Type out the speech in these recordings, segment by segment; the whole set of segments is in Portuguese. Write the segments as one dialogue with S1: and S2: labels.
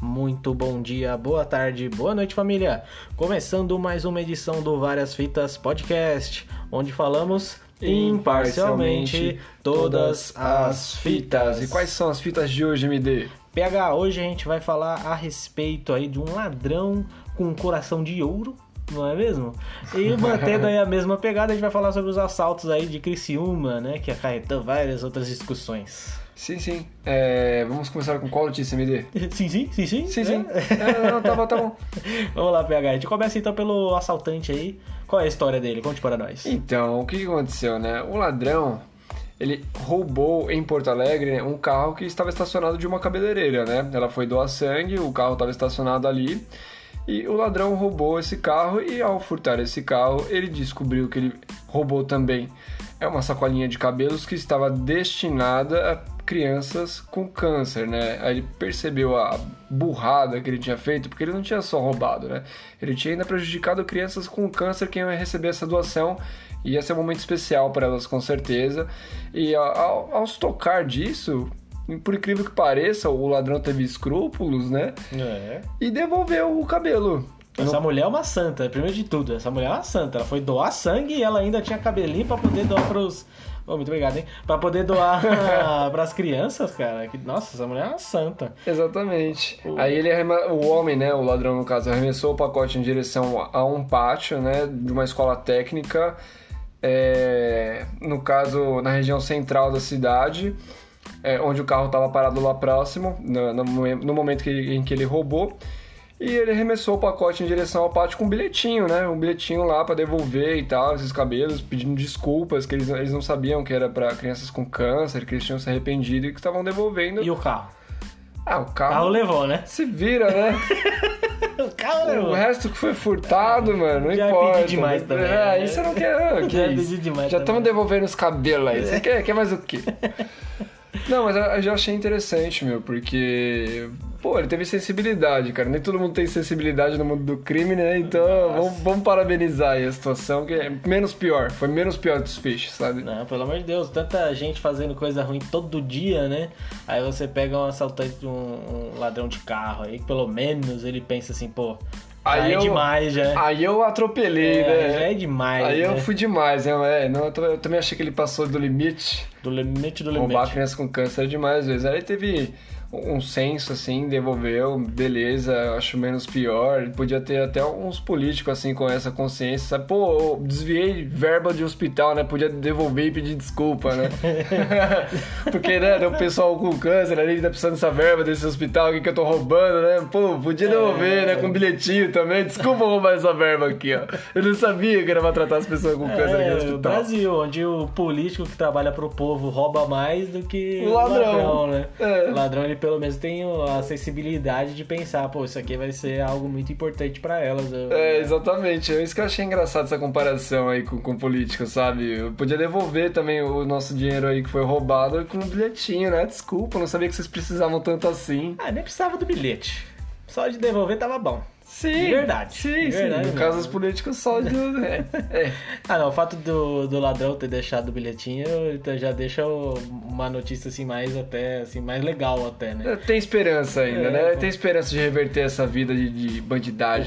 S1: muito bom dia, boa tarde, boa noite, família. Começando mais uma edição do Várias Fitas Podcast, onde falamos imparcialmente todas as fitas.
S2: E quais são as fitas de hoje, MD?
S1: PH, hoje a gente vai falar a respeito aí de um ladrão com um coração de ouro, não é mesmo? E mantendo aí a mesma pegada, a gente vai falar sobre os assaltos aí de Criciúma, né, que acarretou várias outras discussões.
S2: Sim, sim. É, vamos começar com qual notícia, MD?
S1: Sim, sim, sim, sim.
S2: Sim,
S1: né?
S2: sim. É, não, tá bom, tá bom.
S1: Vamos lá, PH. A gente começa então pelo assaltante aí. Qual é a história dele? Conte para nós.
S2: Então, o que que aconteceu, né? O ladrão, ele roubou em Porto Alegre né, um carro que estava estacionado de uma cabeleireira, né? Ela foi doar sangue, o carro estava estacionado ali. E o ladrão roubou esse carro e ao furtar esse carro, ele descobriu que ele roubou também é uma sacolinha de cabelos que estava destinada a crianças com câncer, né? Aí ele percebeu a burrada que ele tinha feito, porque ele não tinha só roubado, né? Ele tinha ainda prejudicado crianças com câncer que iam receber essa doação. E esse é um momento especial para elas, com certeza. E ao, ao se tocar disso, por incrível que pareça, o ladrão teve escrúpulos, né?
S1: É.
S2: E devolveu o cabelo.
S1: Essa mulher é uma santa, primeiro de tudo. Essa mulher é uma santa. Ela foi doar sangue e ela ainda tinha cabelinho pra poder doar pros. Oh, muito obrigado, hein? Pra poder doar pras crianças, cara. Que, nossa, essa mulher é uma santa.
S2: Exatamente. Aí ele arrema... o homem, né, o ladrão no caso, arremessou o pacote em direção a um pátio, né, de uma escola técnica, é, no caso na região central da cidade, é, onde o carro estava parado lá próximo, no, no momen- no momento que- em que ele roubou. E ele arremessou o pacote em direção ao pátio com um bilhetinho, né? Um bilhetinho lá para devolver e tal, esses cabelos, pedindo desculpas, que eles, eles não sabiam que era para crianças com câncer, que eles tinham se arrependido e que estavam devolvendo.
S1: E o carro?
S2: Ah, o
S1: O carro
S2: carro
S1: levou, né?
S2: se vira, né?
S1: O carro
S2: o
S1: levou.
S2: resto que foi furtado, mano, não
S1: Já é
S2: importa.
S1: pedir demais também,
S2: É,
S1: né?
S2: isso eu não quero. Que
S1: Já é
S2: isso?
S1: pedir demais
S2: Já
S1: também.
S2: estão devolvendo os cabelos aí. Você quer, quer mais o quê? Não, mas eu eu já achei interessante, meu, porque. Pô, ele teve sensibilidade, cara. Nem todo mundo tem sensibilidade no mundo do crime, né? Então, vamos, vamos parabenizar aí a situação, que é menos pior. Foi menos pior dos fish, sabe?
S1: Não, pelo amor de Deus, tanta gente fazendo coisa ruim todo dia, né? Aí você pega um assaltante, um, um ladrão de carro aí, que pelo menos ele pensa assim, pô,
S2: Aí
S1: aí é
S2: eu-
S1: demais já.
S2: Aí eu atropelei,
S1: é, já
S2: né?
S1: é demais.
S2: Aí
S1: né?
S2: eu fui demais, né? É, não, eu tam- eu também achei que ele passou do limite.
S1: Do limite do limite.
S2: Roubar criança com câncer é demais, às vezes. Aí teve um senso, assim, devolveu, beleza, acho menos pior. Podia ter até uns políticos, assim, com essa consciência, sabe? Pô, eu desviei verba de hospital, né? Podia devolver e pedir desculpa, né? Porque, né, tem o pessoal com câncer ali tá precisando dessa verba desse hospital aqui que eu tô roubando, né? Pô, podia devolver, né? Com bilhetinho também. Desculpa roubar essa verba aqui, ó. Eu não sabia que era pra tratar as pessoas com câncer aqui no
S1: É, o
S2: hospital.
S1: Brasil, onde o político que trabalha pro povo rouba mais do que
S2: O ladrão.
S1: né?
S2: É.
S1: O ladrão, ele pelo menos tem a sensibilidade de pensar, pô, isso aqui vai ser algo muito importante pra elas. eu- Ah,
S2: É, exatamente. É isso que eu achei engraçado essa comparação aí com, com político, sabe? Eu podia devolver também o nosso dinheiro aí que foi roubado com um bilhetinho, né? Desculpa, não sabia que vocês precisavam tanto assim.
S1: Ah, nem precisava do bilhete. Só de devolver tava bom.
S2: Sim.
S1: De verdade.
S2: Sim,
S1: De
S2: sim.
S1: verdade
S2: no
S1: mesmo.
S2: caso dos políticos, só de. é, é.
S1: Ah, não, o fato do, do ladrão ter deixado o bilhetinho então já deixa o- uma notícia assim mais até assim mais legal até, né?
S2: é, Tem esperança ainda,
S1: É,
S2: né?
S1: pô.
S2: Tem esperança de reverter essa vida de, de bandidagem.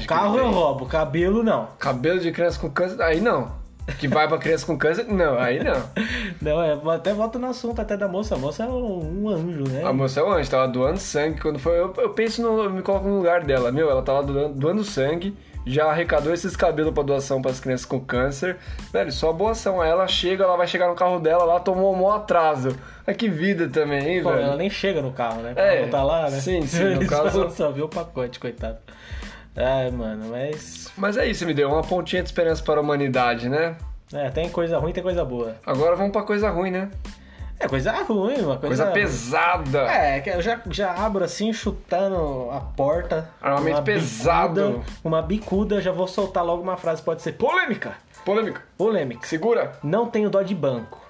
S1: O
S2: que
S1: carro
S2: ele
S1: eu
S2: tem.
S1: roubo, o cabelo não.
S2: Cabelo de criança com câncer. Aí não. Que vai pra criança com câncer? Não, aí não.
S1: Não, é, até volta no assunto até da moça. A moça é um, um anjo, né?
S2: A moça é um anjo, tava doando sangue. Quando foi. Eu, eu penso no. Eu me coloco no lugar dela. Meu, ela tava doando, doando sangue, já arrecadou esses cabelos pra doação pras crianças com câncer. Velho, só boa ação. Aí ela chega, ela vai chegar no carro dela, lá tomou um mó atraso. Ai, que vida também, hein,
S1: Pô,
S2: velho?
S1: Tipo, ela nem chega no carro, né?
S2: um- É,
S1: Ela não tá lá, né?
S2: sim, sim, no
S1: Ele só-
S2: caso-
S1: Só viu o pacote, coitado. Ai, mano, mas...
S2: Mas é isso, me deu uma pontinha de esperança para a humanidade, né?
S1: É, tem coisa ruim, tem coisa boa.
S2: Agora vamos pra coisa ruim, né?
S1: É, coisa ruim, uma coisa...
S2: Coisa pesada.
S1: É, que eu já, já abro assim, chutando a porta.
S2: Armamento
S1: uma
S2: pesado.
S1: bicuda, uma bicuda, já vou soltar logo uma frase, pode ser polêmica.
S2: Polêmica.
S1: Polêmica.
S2: Segura.
S1: Não tenho dó de banco.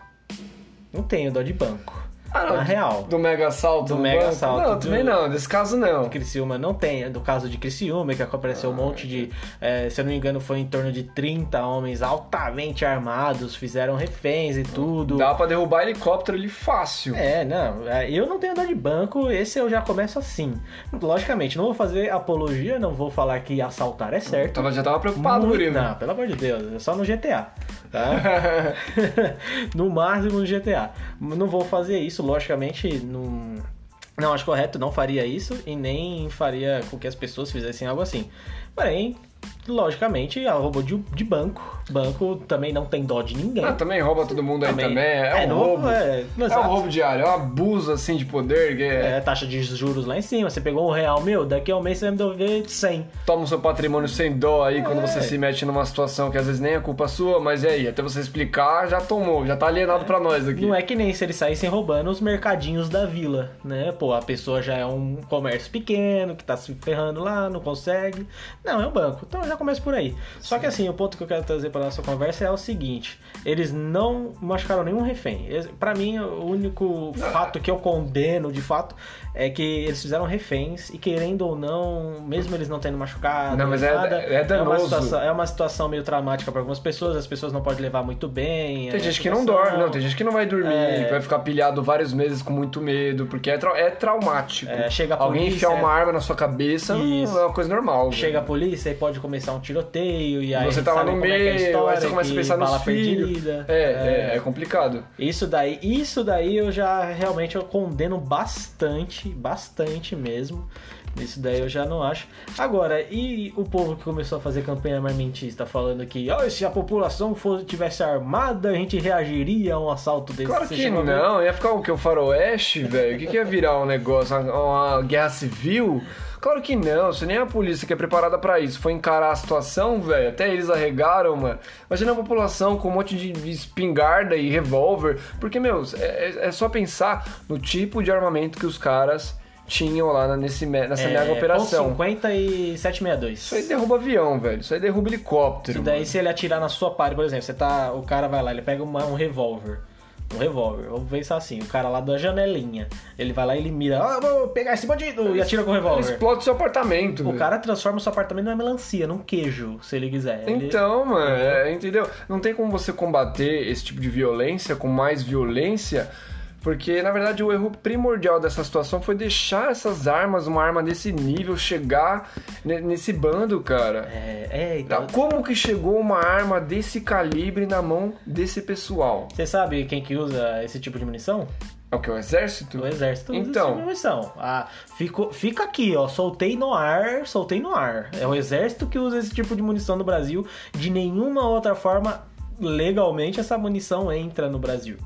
S1: Não tenho dó de banco.
S2: Ah, não,
S1: Na real.
S2: Do mega assalto.
S1: Do
S2: no
S1: mega
S2: banco?
S1: assalto
S2: Não,
S1: do-
S2: também não. Nesse caso, não.
S1: Criciúma não tem, do caso de Criciúma, que
S2: Ah,
S1: apareceu um monte de, eh, se eu não me engano, foi em torno de 30 homens altamente armados, fizeram reféns e tudo.
S2: Dá pra derrubar helicóptero ali fácil.
S1: É, não, é, eu não tenho dó de banco, esse eu já começo assim. Logicamente, não vou fazer apologia, não vou falar que assaltar é certo.
S2: Tava, já tava preocupado,
S1: Muito-
S2: Murilo.
S1: Não, pelo amor de Deus, é só no GTA. Tá? no máximo no GTA. Não vou fazer isso, logicamente, não, não acho correto, não faria isso e nem faria com que as pessoas fizessem algo assim. Porém, logicamente, é um robô de, de banco. Banco também não tem dó de ninguém.
S2: Ah, também rouba todo mundo aí também. É, um
S1: não vou-
S2: roubo.
S1: é,
S2: É
S1: exato.
S2: um roubo diário, é um abuso assim de poder que é-
S1: É, taxa de juros lá em cima, você pegou um real, meu, daqui a um mês você vai me devolver 100.
S2: toma o seu patrimônio sem dó aí quando
S1: É.
S2: você se mete numa situação que às vezes nem é culpa sua, mas e aí, até você explicar, já tomou, já tá alienado pra nós aqui.
S1: Não é que nem se eles saíssem roubando os mercadinhos da vila, né? Pô, a pessoa já é um comércio pequeno, que tá se ferrando lá, não consegue. Não, é um banco. Então já começa por aí. Só que assim, o ponto que eu quero trazer pra nossa conversa é o seguinte: eles não machucaram nenhum refém. Eles- Pra mim, o único
S2: Ah.
S1: fato que eu condeno de fato é que eles fizeram reféns e querendo ou não, mesmo eles não tendo machucado,
S2: Não, mas é-
S1: nada,
S2: é
S1: uma
S2: danoso.
S1: situação, é uma situação meio traumática pra algumas pessoas, as pessoas não podem levar muito bem.
S2: Tem
S1: é
S2: gente que não
S1: situação-
S2: dorme, não, tem gente que não vai dormir,
S1: É.
S2: que vai ficar pilhado vários meses com muito medo, porque é, trau- é traumático.
S1: É, chega a
S2: Alguém
S1: polícia,
S2: enfiar uma arma na sua cabeça
S1: Isso.
S2: não é uma coisa normal.
S1: Chega a
S2: velho.
S1: polícia e pode começar um tiroteio, e aí
S2: Você tá lá
S1: sabe
S2: no
S1: como é que é a
S2: meio,
S1: história,
S2: aí você começa a
S1: que
S2: pensar nos
S1: bala
S2: filhos.
S1: perdida.
S2: É, é, é complicado.
S1: Isso daí, isso daí eu já realmente eu condeno bastante, bastante mesmo. Isso daí eu já não acho. Agora, e o povo que começou a fazer campanha armamentista falando que "Ó, se a população fosse, tivesse armada, a gente reagiria a um assalto desse?
S2: Claro
S1: Você
S2: que
S1: chegou a ver?
S2: não, ia ficar o que? O faroeste, velho? O que, que ia virar um negócio? Uma, uma guerra civil? Claro que não, se nem a polícia que é preparada pra isso foi encarar a situação, velho, até eles arregaram, mano. Imagina a população com um monte de de espingarda e revólver, porque, meu, é, é- é só pensar no tipo de armamento que os caras tinham lá na- nesse, me- nessa mega
S1: É,
S2: operação.
S1: ponto 50 e 762.
S2: Isso aí derruba avião, velho, isso aí derruba helicóptero.
S1: Isso daí se ele atirar na sua parede, por exemplo, você tá. O cara vai lá, ele pega uma- um revólver. Um revólver, vamos pensar assim, o cara lá da janelinha. Ele vai lá e ele mira, ah, vou pegar esse bandido e atira com o
S2: Ele
S1: revólver.
S2: explode seu apartamento,
S1: é O
S2: velho.
S1: cara transforma o seu apartamento numa melancia, num queijo, se ele quiser. Ele-
S2: Então, mano, é, entendeu? Não tem como você combater esse tipo de violência com mais violência, porque na verdade o erro primordial dessa situação foi deixar essas armas, uma arma desse nível, chegar ne- nesse bando, cara. Tá,
S1: É, é, então.
S2: Como que chegou uma arma desse calibre na mão desse pessoal?
S1: Você sabe quem que usa esse tipo de munição?
S2: É o que? O exército?
S1: O exército usa
S2: Então.
S1: esse tipo de munição. Ah, fico, fica aqui, ó. Soltei no ar, soltei no ar. É o exército que usa esse tipo de munição no Brasil. De nenhuma outra forma, legalmente, essa munição entra no Brasil.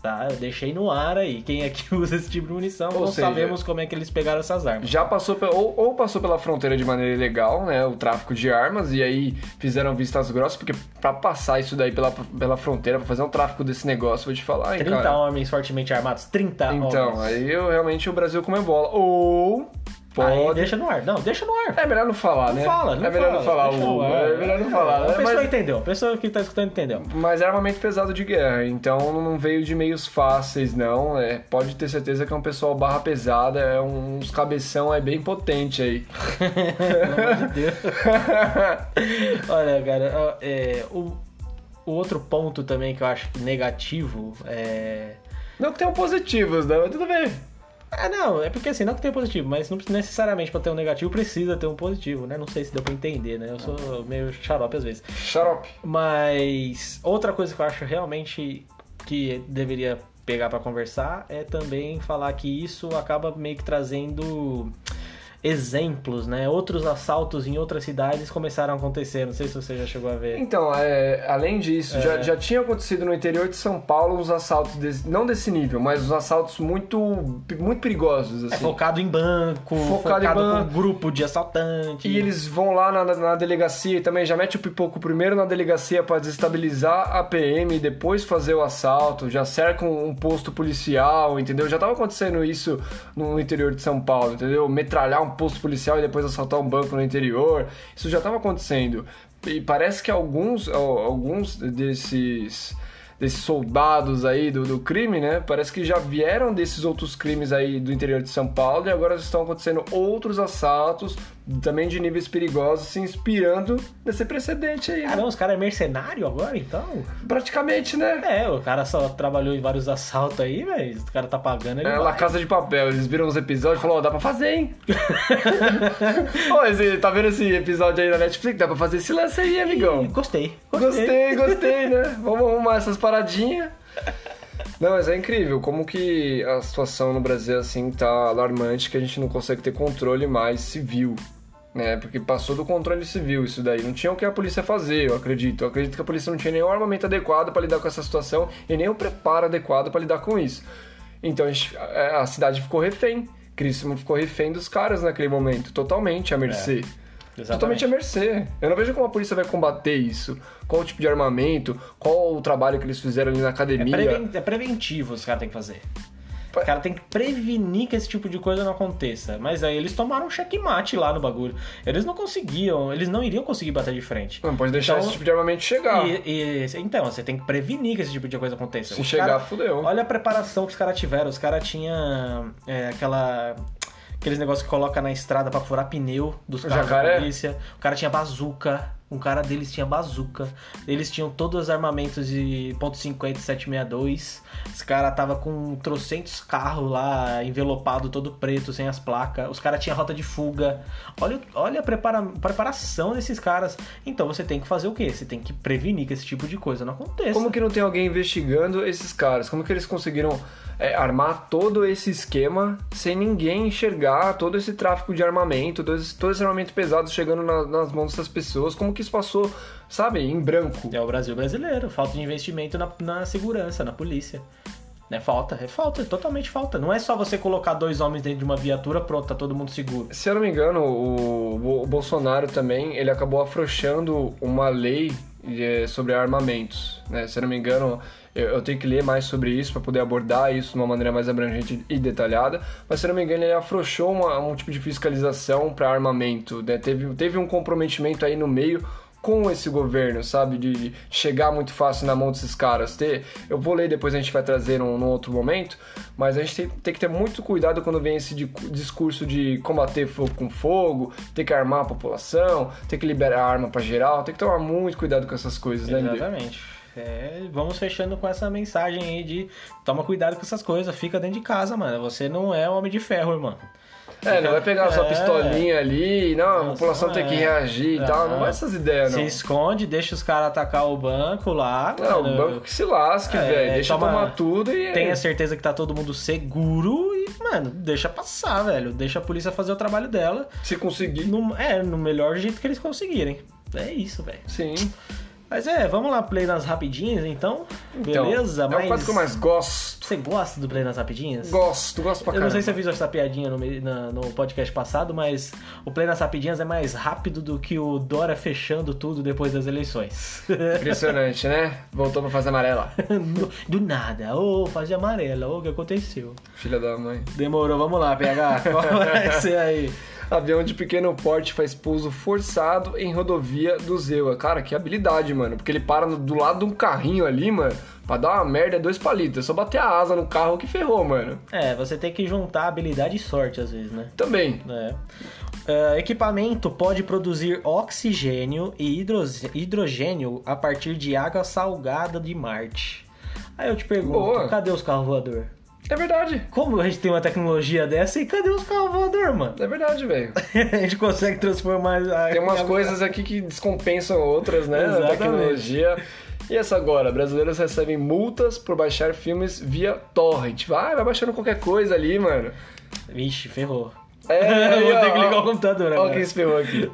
S1: Tá, eu deixei no ar aí. Quem é que usa esse tipo de munição?
S2: Ou
S1: não
S2: seja-
S1: sabemos como é que eles pegaram essas armas.
S2: já passou pe- ou, ou passou pela fronteira de maneira ilegal, né, o tráfico de armas e aí fizeram vistas grossas porque pra passar isso daí pela, pela fronteira, pra fazer um tráfico desse negócio, vou te falar, hein,
S1: 30
S2: cara.
S1: homens fortemente armados. 30
S2: Então,
S1: homens.
S2: aí eu, realmente o Brasil come bola. Ou
S1: Aí
S2: pode
S1: deixa no ar. Não, deixa no ar.
S2: É melhor não falar,
S1: Não
S2: né?
S1: fala, não
S2: é melhor não falar,
S1: deixa no
S2: Hugo.
S1: ar.
S2: É melhor não falar, né?
S1: A pessoa
S2: Mas,
S1: entendeu. A pessoa que tá escutando entendeu.
S2: mas é armamento pesado de guerra, então não veio de meios fáceis, não. É, pode ter certeza que é um pessoal barra pesada, é um- uns cabeção é bem potente aí.
S1: Pelo amor de Deus. Olha, cara, ó, é, o, o outro ponto também que eu acho negativo é.
S2: Não que tenham positivos, né? Mas tudo bem.
S1: Ah, não, é porque assim, não que tenha positivo, mas não precisa- necessariamente pra ter um negativo precisa ter um positivo, né? Não sei se deu pra entender, né? Eu sou meio xarope às vezes.
S2: Xarope.
S1: Mas outra coisa que eu acho realmente que deveria pegar pra conversar é também falar que isso acaba meio que trazendo exemplos, né? Outros assaltos em outras cidades começaram a acontecer. Não sei se você já chegou a ver.
S2: Então, é, além disso, já, já tinha acontecido no interior de São Paulo uns assaltos, desse- não desse nível, mas uns assaltos muito, muito perigosos,
S1: É
S2: assim.
S1: focado em banco, focado,
S2: Focado em banco.
S1: com grupo de assaltantes.
S2: E eles vão lá na, na- na delegacia e também já mete o pipoco primeiro na delegacia pra desestabilizar a PM e depois fazer o assalto, já cercam um posto policial, entendeu? Já tava acontecendo isso no interior de São Paulo, entendeu? Metralhar um posto policial e depois assaltar um banco no interior, isso já tava acontecendo. E parece que alguns, al- alguns desses desses soldados aí do, do crime, né? Parece que já vieram desses outros crimes aí do interior de São Paulo e agora estão acontecendo outros assaltos também de níveis perigosos, se inspirando nesse precedente aí. né?
S1: Caramba, os caras é mercenário agora, então?
S2: Praticamente, né?
S1: É, o cara só trabalhou em vários assaltos aí, mas o cara tá pagando, ele
S2: É, La
S1: vai.
S2: Casa de Papel, eles viram os episódios e falaram, ó, dá pra fazer, hein? Ô, esse, tá vendo esse episódio aí na Netflix? Dá pra fazer esse lance aí, amigão.
S1: Ih, Gostei, gostei.
S2: Gostei, gostei, né? Vamos arrumar essas paradinhas. Não, mas é incrível como que a situação no Brasil, assim, tá alarmante que a gente não consegue ter controle mais civil, né? Porque passou do controle civil isso daí. Não tinha o que a polícia fazer, eu acredito. Eu acredito que a polícia não tinha nenhum armamento adequado pra lidar com essa situação e nem o preparo adequado pra lidar com isso. Então a, gente- a- a cidade ficou refém. Criciúma ficou refém dos caras naquele momento, totalmente à mercê. Totalmente à mercê. Eu não vejo como a polícia vai combater isso. Qual o tipo de armamento, qual o trabalho que eles fizeram ali na
S1: É,
S2: academia.
S1: preven- é preventivo os caras têm que fazer.
S2: Pa-
S1: O cara tem que prevenir que esse tipo de coisa não aconteça. Mas aí eles tomaram um checkmate lá no bagulho. Eles não conseguiam, eles não iriam conseguir bater de frente.
S2: Não pode deixar
S1: Então-
S2: esse tipo de armamento chegar.
S1: E- e- então, você tem que prevenir que esse tipo de coisa aconteça.
S2: Se
S1: Os
S2: chegar,
S1: cara-
S2: fudeu.
S1: Olha a preparação que os caras tiveram. Os caras tinham é, aquela. Aqueles negócios que coloca na estrada pra furar pneu dos carros
S2: Jacaré?
S1: da polícia. O cara tinha bazuca. Um cara deles tinha bazuca. Eles tinham todos os armamentos de .50 762. Os caras tava com trocentos carros lá, envelopado, todo preto, sem as placas. Os caras tinham rota de fuga. Olha, olha a prepara- preparação desses caras. Então você tem que fazer o quê? Você tem que prevenir que esse tipo de coisa não aconteça.
S2: Como que não tem alguém investigando esses caras? Como que eles conseguiram é, armar todo esse esquema sem ninguém enxergar todo esse tráfico de armamento, todo esse, todo esse armamento pesado chegando na- nas mãos dessas pessoas? Como que isso passou, sabe, em branco?
S1: É o Brasil brasileiro, falta de investimento na, na segurança, na polícia. É falta, é falta, é totalmente falta. Não é só você colocar dois homens dentro de uma viatura, pronto, tá todo mundo seguro.
S2: Se eu não me engano, o, Bo- o Bolsonaro também, ele acabou afrouxando uma lei eh, sobre armamentos, né? Se eu não me engano, eu, eu tenho que ler mais sobre isso para poder abordar isso de uma maneira mais abrangente e detalhada, mas se eu não me engano, ele afrouxou uma- um tipo de fiscalização para armamento, né? Teve, teve um comprometimento aí no meio com esse governo, sabe? De de chegar muito fácil na mão desses caras. Ter, eu vou ler depois, a gente vai trazer num, num outro momento, mas a gente tem, tem que ter muito cuidado quando vem esse dicu- discurso de combater fogo com fogo, ter que armar a população, ter que liberar arma pra geral, tem que tomar muito cuidado com essas coisas, né, Lideu?
S1: Exatamente. É, vamos fechando com essa mensagem aí de toma cuidado com essas coisas, fica dentro de casa, mano. Você não é homem de ferro, irmão.
S2: É, não vai pegar sua
S1: É.
S2: pistolinha ali, não, a
S1: Nossa,
S2: população tem que
S1: é.
S2: reagir e tal, não
S1: Ah.
S2: vai essas ideias,
S1: Se
S2: não.
S1: esconde, deixa os caras atacar o banco lá.
S2: Não,
S1: mano.
S2: o banco que se lasque,
S1: É,
S2: velho, deixa
S1: toma-
S2: tomar tudo e... é,
S1: Tenha certeza que tá todo mundo seguro e, mano, deixa passar, velho. Deixa a polícia fazer o trabalho dela.
S2: Se conseguir,
S1: No- é, no melhor jeito que eles conseguirem. É isso, velho.
S2: sim.
S1: Mas é, vamos lá, Play nas Rapidinhas, então.
S2: Então,
S1: Beleza,
S2: É o
S1: mas.
S2: quadro que eu mais gosto.
S1: Você gosta do Play nas Rapidinhas?
S2: Gosto, gosto pra
S1: Eu
S2: caramba.
S1: não sei se eu fiz essa piadinha no, me- na- no podcast passado, mas o Play nas Rapidinhas é mais rápido do que o Dora fechando tudo depois das eleições.
S2: Impressionante, né? Voltou pra fazer amarela.
S1: do, do nada. Ô, faz de amarela. Ô, o que aconteceu?
S2: Filha da mãe.
S1: Demorou, vamos lá, PH. Qual vai ser aí?
S2: Avião de pequeno porte faz pouso forçado em rodovia do Zewa. Cara, que habilidade, mano. Porque ele para no- do lado de um carrinho ali, mano. Pra dar uma merda, é dois palitos. É só bater a asa no carro que ferrou, mano.
S1: É, você tem que juntar habilidade e sorte às vezes, né?
S2: Também.
S1: É. Ah, equipamento pode produzir oxigênio e hidro- hidrogênio a partir de água salgada de Marte. Aí eu te pergunto,
S2: Boa.
S1: cadê os carros voadores?
S2: É verdade.
S1: Como a gente tem uma tecnologia dessa e cadê os carros voadores, mano?
S2: É verdade, velho.
S1: a gente consegue transformar... A...
S2: Tem umas
S1: a-
S2: coisas aqui que descompensam outras, né? A
S1: Exatamente.
S2: tecnologia. E essa agora? Brasileiros recebem multas por baixar filmes via torrent. Vai, vai baixando qualquer coisa ali, mano.
S1: Vixe, ferrou.
S2: É,
S1: Vou
S2: aí,
S1: ter que
S2: ó,
S1: ligar o
S2: ó.
S1: computador
S2: Olha
S1: agora.
S2: quem espirrou aqui.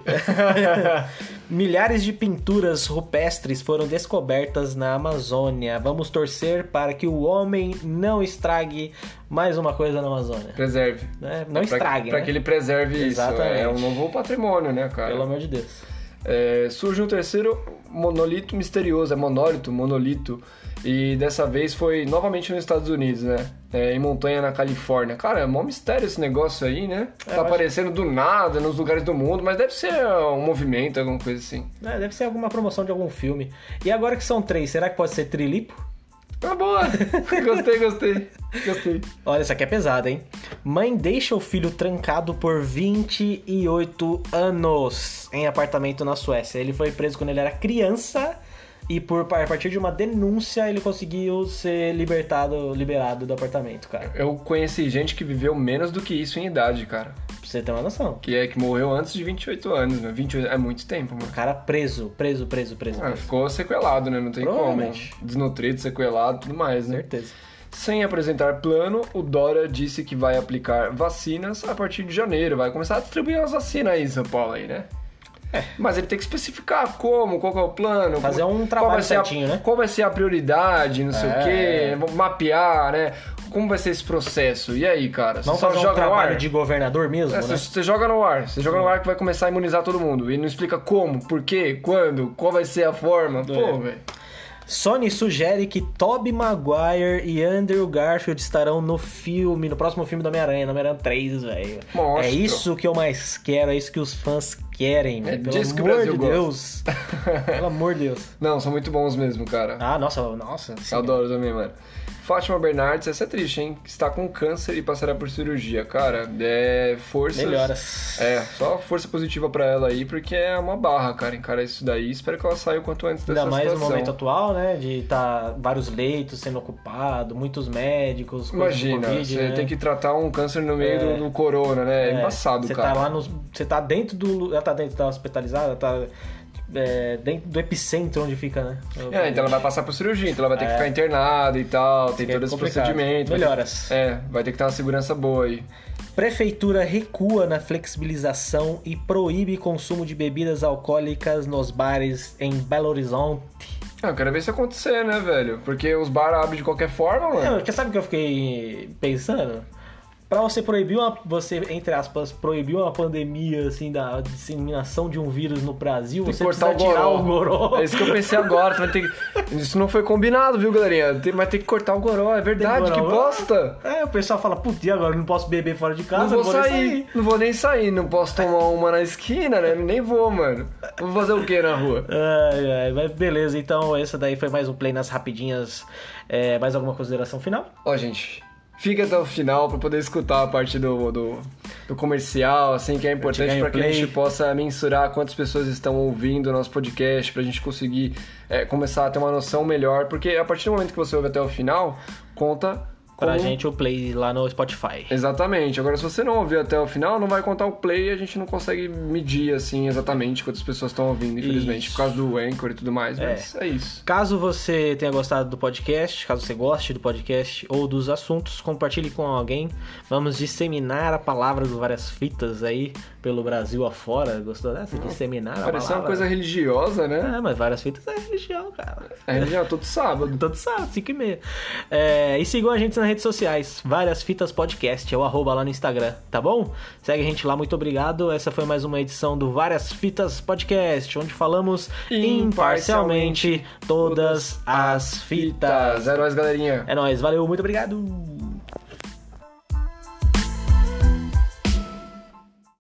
S1: Milhares de pinturas rupestres foram descobertas na Amazônia. Vamos torcer para que o homem não estrague mais uma coisa na Amazônia.
S2: Preserve.
S1: né? Não
S2: É pra-
S1: estrague,
S2: Pra
S1: né?
S2: que ele preserve
S1: Exatamente.
S2: isso. É um novo patrimônio, né, cara?
S1: Pelo amor de Deus.
S2: É, surge um terceiro monolito misterioso, é monólito, monolito, e dessa vez foi novamente nos Estados Unidos, né? É, em montanha na Califórnia. Cara, é mó mistério esse negócio aí, né?
S1: É, eu
S2: tá
S1: acho-
S2: aparecendo do nada nos lugares do mundo, mas deve ser um movimento, alguma coisa assim.
S1: É, deve ser alguma promoção de algum filme. E agora que são três, será que pode ser trilipo?
S2: Tá boa. gostei, gostei. Gostei.
S1: Olha, essa aqui é pesada, hein? Mãe deixa o filho trancado por 28 anos em apartamento na Suécia. Ele foi preso quando ele era criança e por a partir de uma denúncia ele conseguiu ser libertado, liberado do apartamento, cara.
S2: Eu conheci gente que viveu menos do que isso em idade, cara.
S1: Pra você ter uma noção.
S2: Que é que morreu antes de 28 anos, né? 28 é muito tempo,
S1: O
S2: mano.
S1: cara preso, preso, preso, preso.
S2: Ah,
S1: preso.
S2: ficou sequelado, né? Não tem como.
S1: Provavelmente.
S2: Desnutrido, sequelado, tudo mais,
S1: Com
S2: né?
S1: certeza.
S2: Sem apresentar plano, o Dória disse que vai aplicar vacinas a partir de janeiro. Vai começar a distribuir umas vacinas aí em São Paulo, aí, né? É. Mas ele tem que especificar como, qual que é o plano.
S1: Fazer
S2: como-
S1: um trabalho
S2: vai ser a-
S1: certinho, né?
S2: Qual vai ser a prioridade, não sei
S1: É.
S2: o quê. vamos Mapear, né? Como vai ser esse processo? E aí, cara?
S1: Vamos
S2: você só
S1: fazer um
S2: joga no ar?
S1: trabalho de governador mesmo,
S2: É,
S1: né?
S2: você, você joga no ar, você joga no ar que vai começar a imunizar todo mundo. E não explica como, por quê, quando, qual vai ser a
S1: É,
S2: forma. Pô, velho.
S1: Sony sugere que Tobey Maguire e Andrew Garfield estarão no filme, no próximo filme do Homem-Aranha, no Homem-Aranha 3, velho.
S2: Monstro.
S1: É isso que eu mais quero, é isso que os fãs querem,
S2: É
S1: velho. pelo
S2: disso que o
S1: amor
S2: Brasil
S1: de
S2: gosta.
S1: Deus. pelo amor de Deus.
S2: Não, são muito bons mesmo, cara.
S1: Ah, nossa, nossa. sim.
S2: Adoro também, mano. Fátima Bernardes, essa é triste, hein? Está com câncer e passará por cirurgia. Cara, é forças.
S1: Melhoras.
S2: É, só força positiva pra ela aí, porque é uma barra, cara, encarar isso daí. Espero que ela saia o quanto antes dessa
S1: Ainda mais
S2: situação.
S1: no momento atual, né? De tá vários leitos sendo ocupados, muitos médicos, coisas do
S2: Imagina,
S1: Covid,
S2: você
S1: né?
S2: tem que tratar um câncer no meio
S1: É.
S2: do, do corona, né? É,
S1: É,
S2: embaçado,
S1: você
S2: cara.
S1: Tá lá nos, você tá dentro do. Ela tá dentro, tá hospitalizada, tá é, dentro do epicentro onde fica, né?
S2: É, então ela vai passar por cirurgia, então ela vai ter que
S1: É.
S2: ficar internada e tal, tem
S1: Que é
S2: todo esse
S1: complicado.
S2: procedimento. vai ter-
S1: Melhoras.
S2: É, vai ter que ter uma segurança boa aí.
S1: Prefeitura recua na flexibilização e proíbe consumo de bebidas alcoólicas nos bares em Belo Horizonte.
S2: Ah, Eu quero ver isso acontecer, né, velho? Porque os bar abrem de qualquer forma, mano.
S1: Não, sabe o que eu fiquei pensando? Pra você proibir uma. Você, entre aspas, proibir uma pandemia, assim, da disseminação de um vírus no Brasil,
S2: Tem que
S1: você
S2: cortar
S1: precisa
S2: o
S1: tirar
S2: goró.
S1: o goró.
S2: É isso que eu pensei agora. tu vai ter que- Isso não foi combinado, viu, galerinha? Tem- Mas tem que cortar o goró, é verdade,
S1: goró.
S2: que bosta!
S1: É, o pessoal fala, putz, e agora eu não posso beber fora de
S2: Não
S1: casa, é
S2: vou
S1: nem
S2: sair. não vou nem sair, não posso tomar uma na esquina, né? Nem vou, mano. Vou fazer o que na rua?
S1: Ai, ai, mas beleza, então essa daí foi mais um play nas rapidinhas. É, mais alguma consideração final?
S2: Ó, gente, fica até o final pra poder escutar a parte do, do, do comercial, assim, que é importante
S1: ganho
S2: pra que a
S1: play.
S2: gente possa mensurar quantas pessoas estão ouvindo o nosso podcast, pra gente conseguir é, começar a ter uma noção melhor, porque a partir do momento que você ouve até o final, conta
S1: Pra
S2: como-
S1: gente o play lá no Spotify.
S2: Exatamente. Agora, se você não ouviu até o final, não vai contar o play e a gente não consegue medir, assim, exatamente quantas pessoas estão ouvindo, infelizmente,
S1: Isso.
S2: por causa do Anchor e tudo mais, mas é isso.
S1: Caso você tenha gostado do podcast, caso você goste do podcast ou dos assuntos, compartilhe com alguém. Vamos disseminar a palavra do Várias Fitas aí pelo Brasil afora. Gostou dessa? Disseminar a
S2: Pareceu uma
S1: palavra.
S2: coisa religiosa, né?
S1: É, mas Várias Fitas é religião, cara.
S2: A religião é todo sábado.
S1: Todo sábado, 5 e meia. É, e sigam a gente nas redes sociais, Várias Fitas Podcast, é o arroba lá no Instagram, tá bom? Segue a gente lá, muito obrigado. Essa foi mais uma edição do Várias Fitas Podcast, onde falamos
S2: Imparcialmente
S1: imparcialmente todas as fitas.
S2: É nóis, galerinha.
S1: É nóis, valeu, muito obrigado.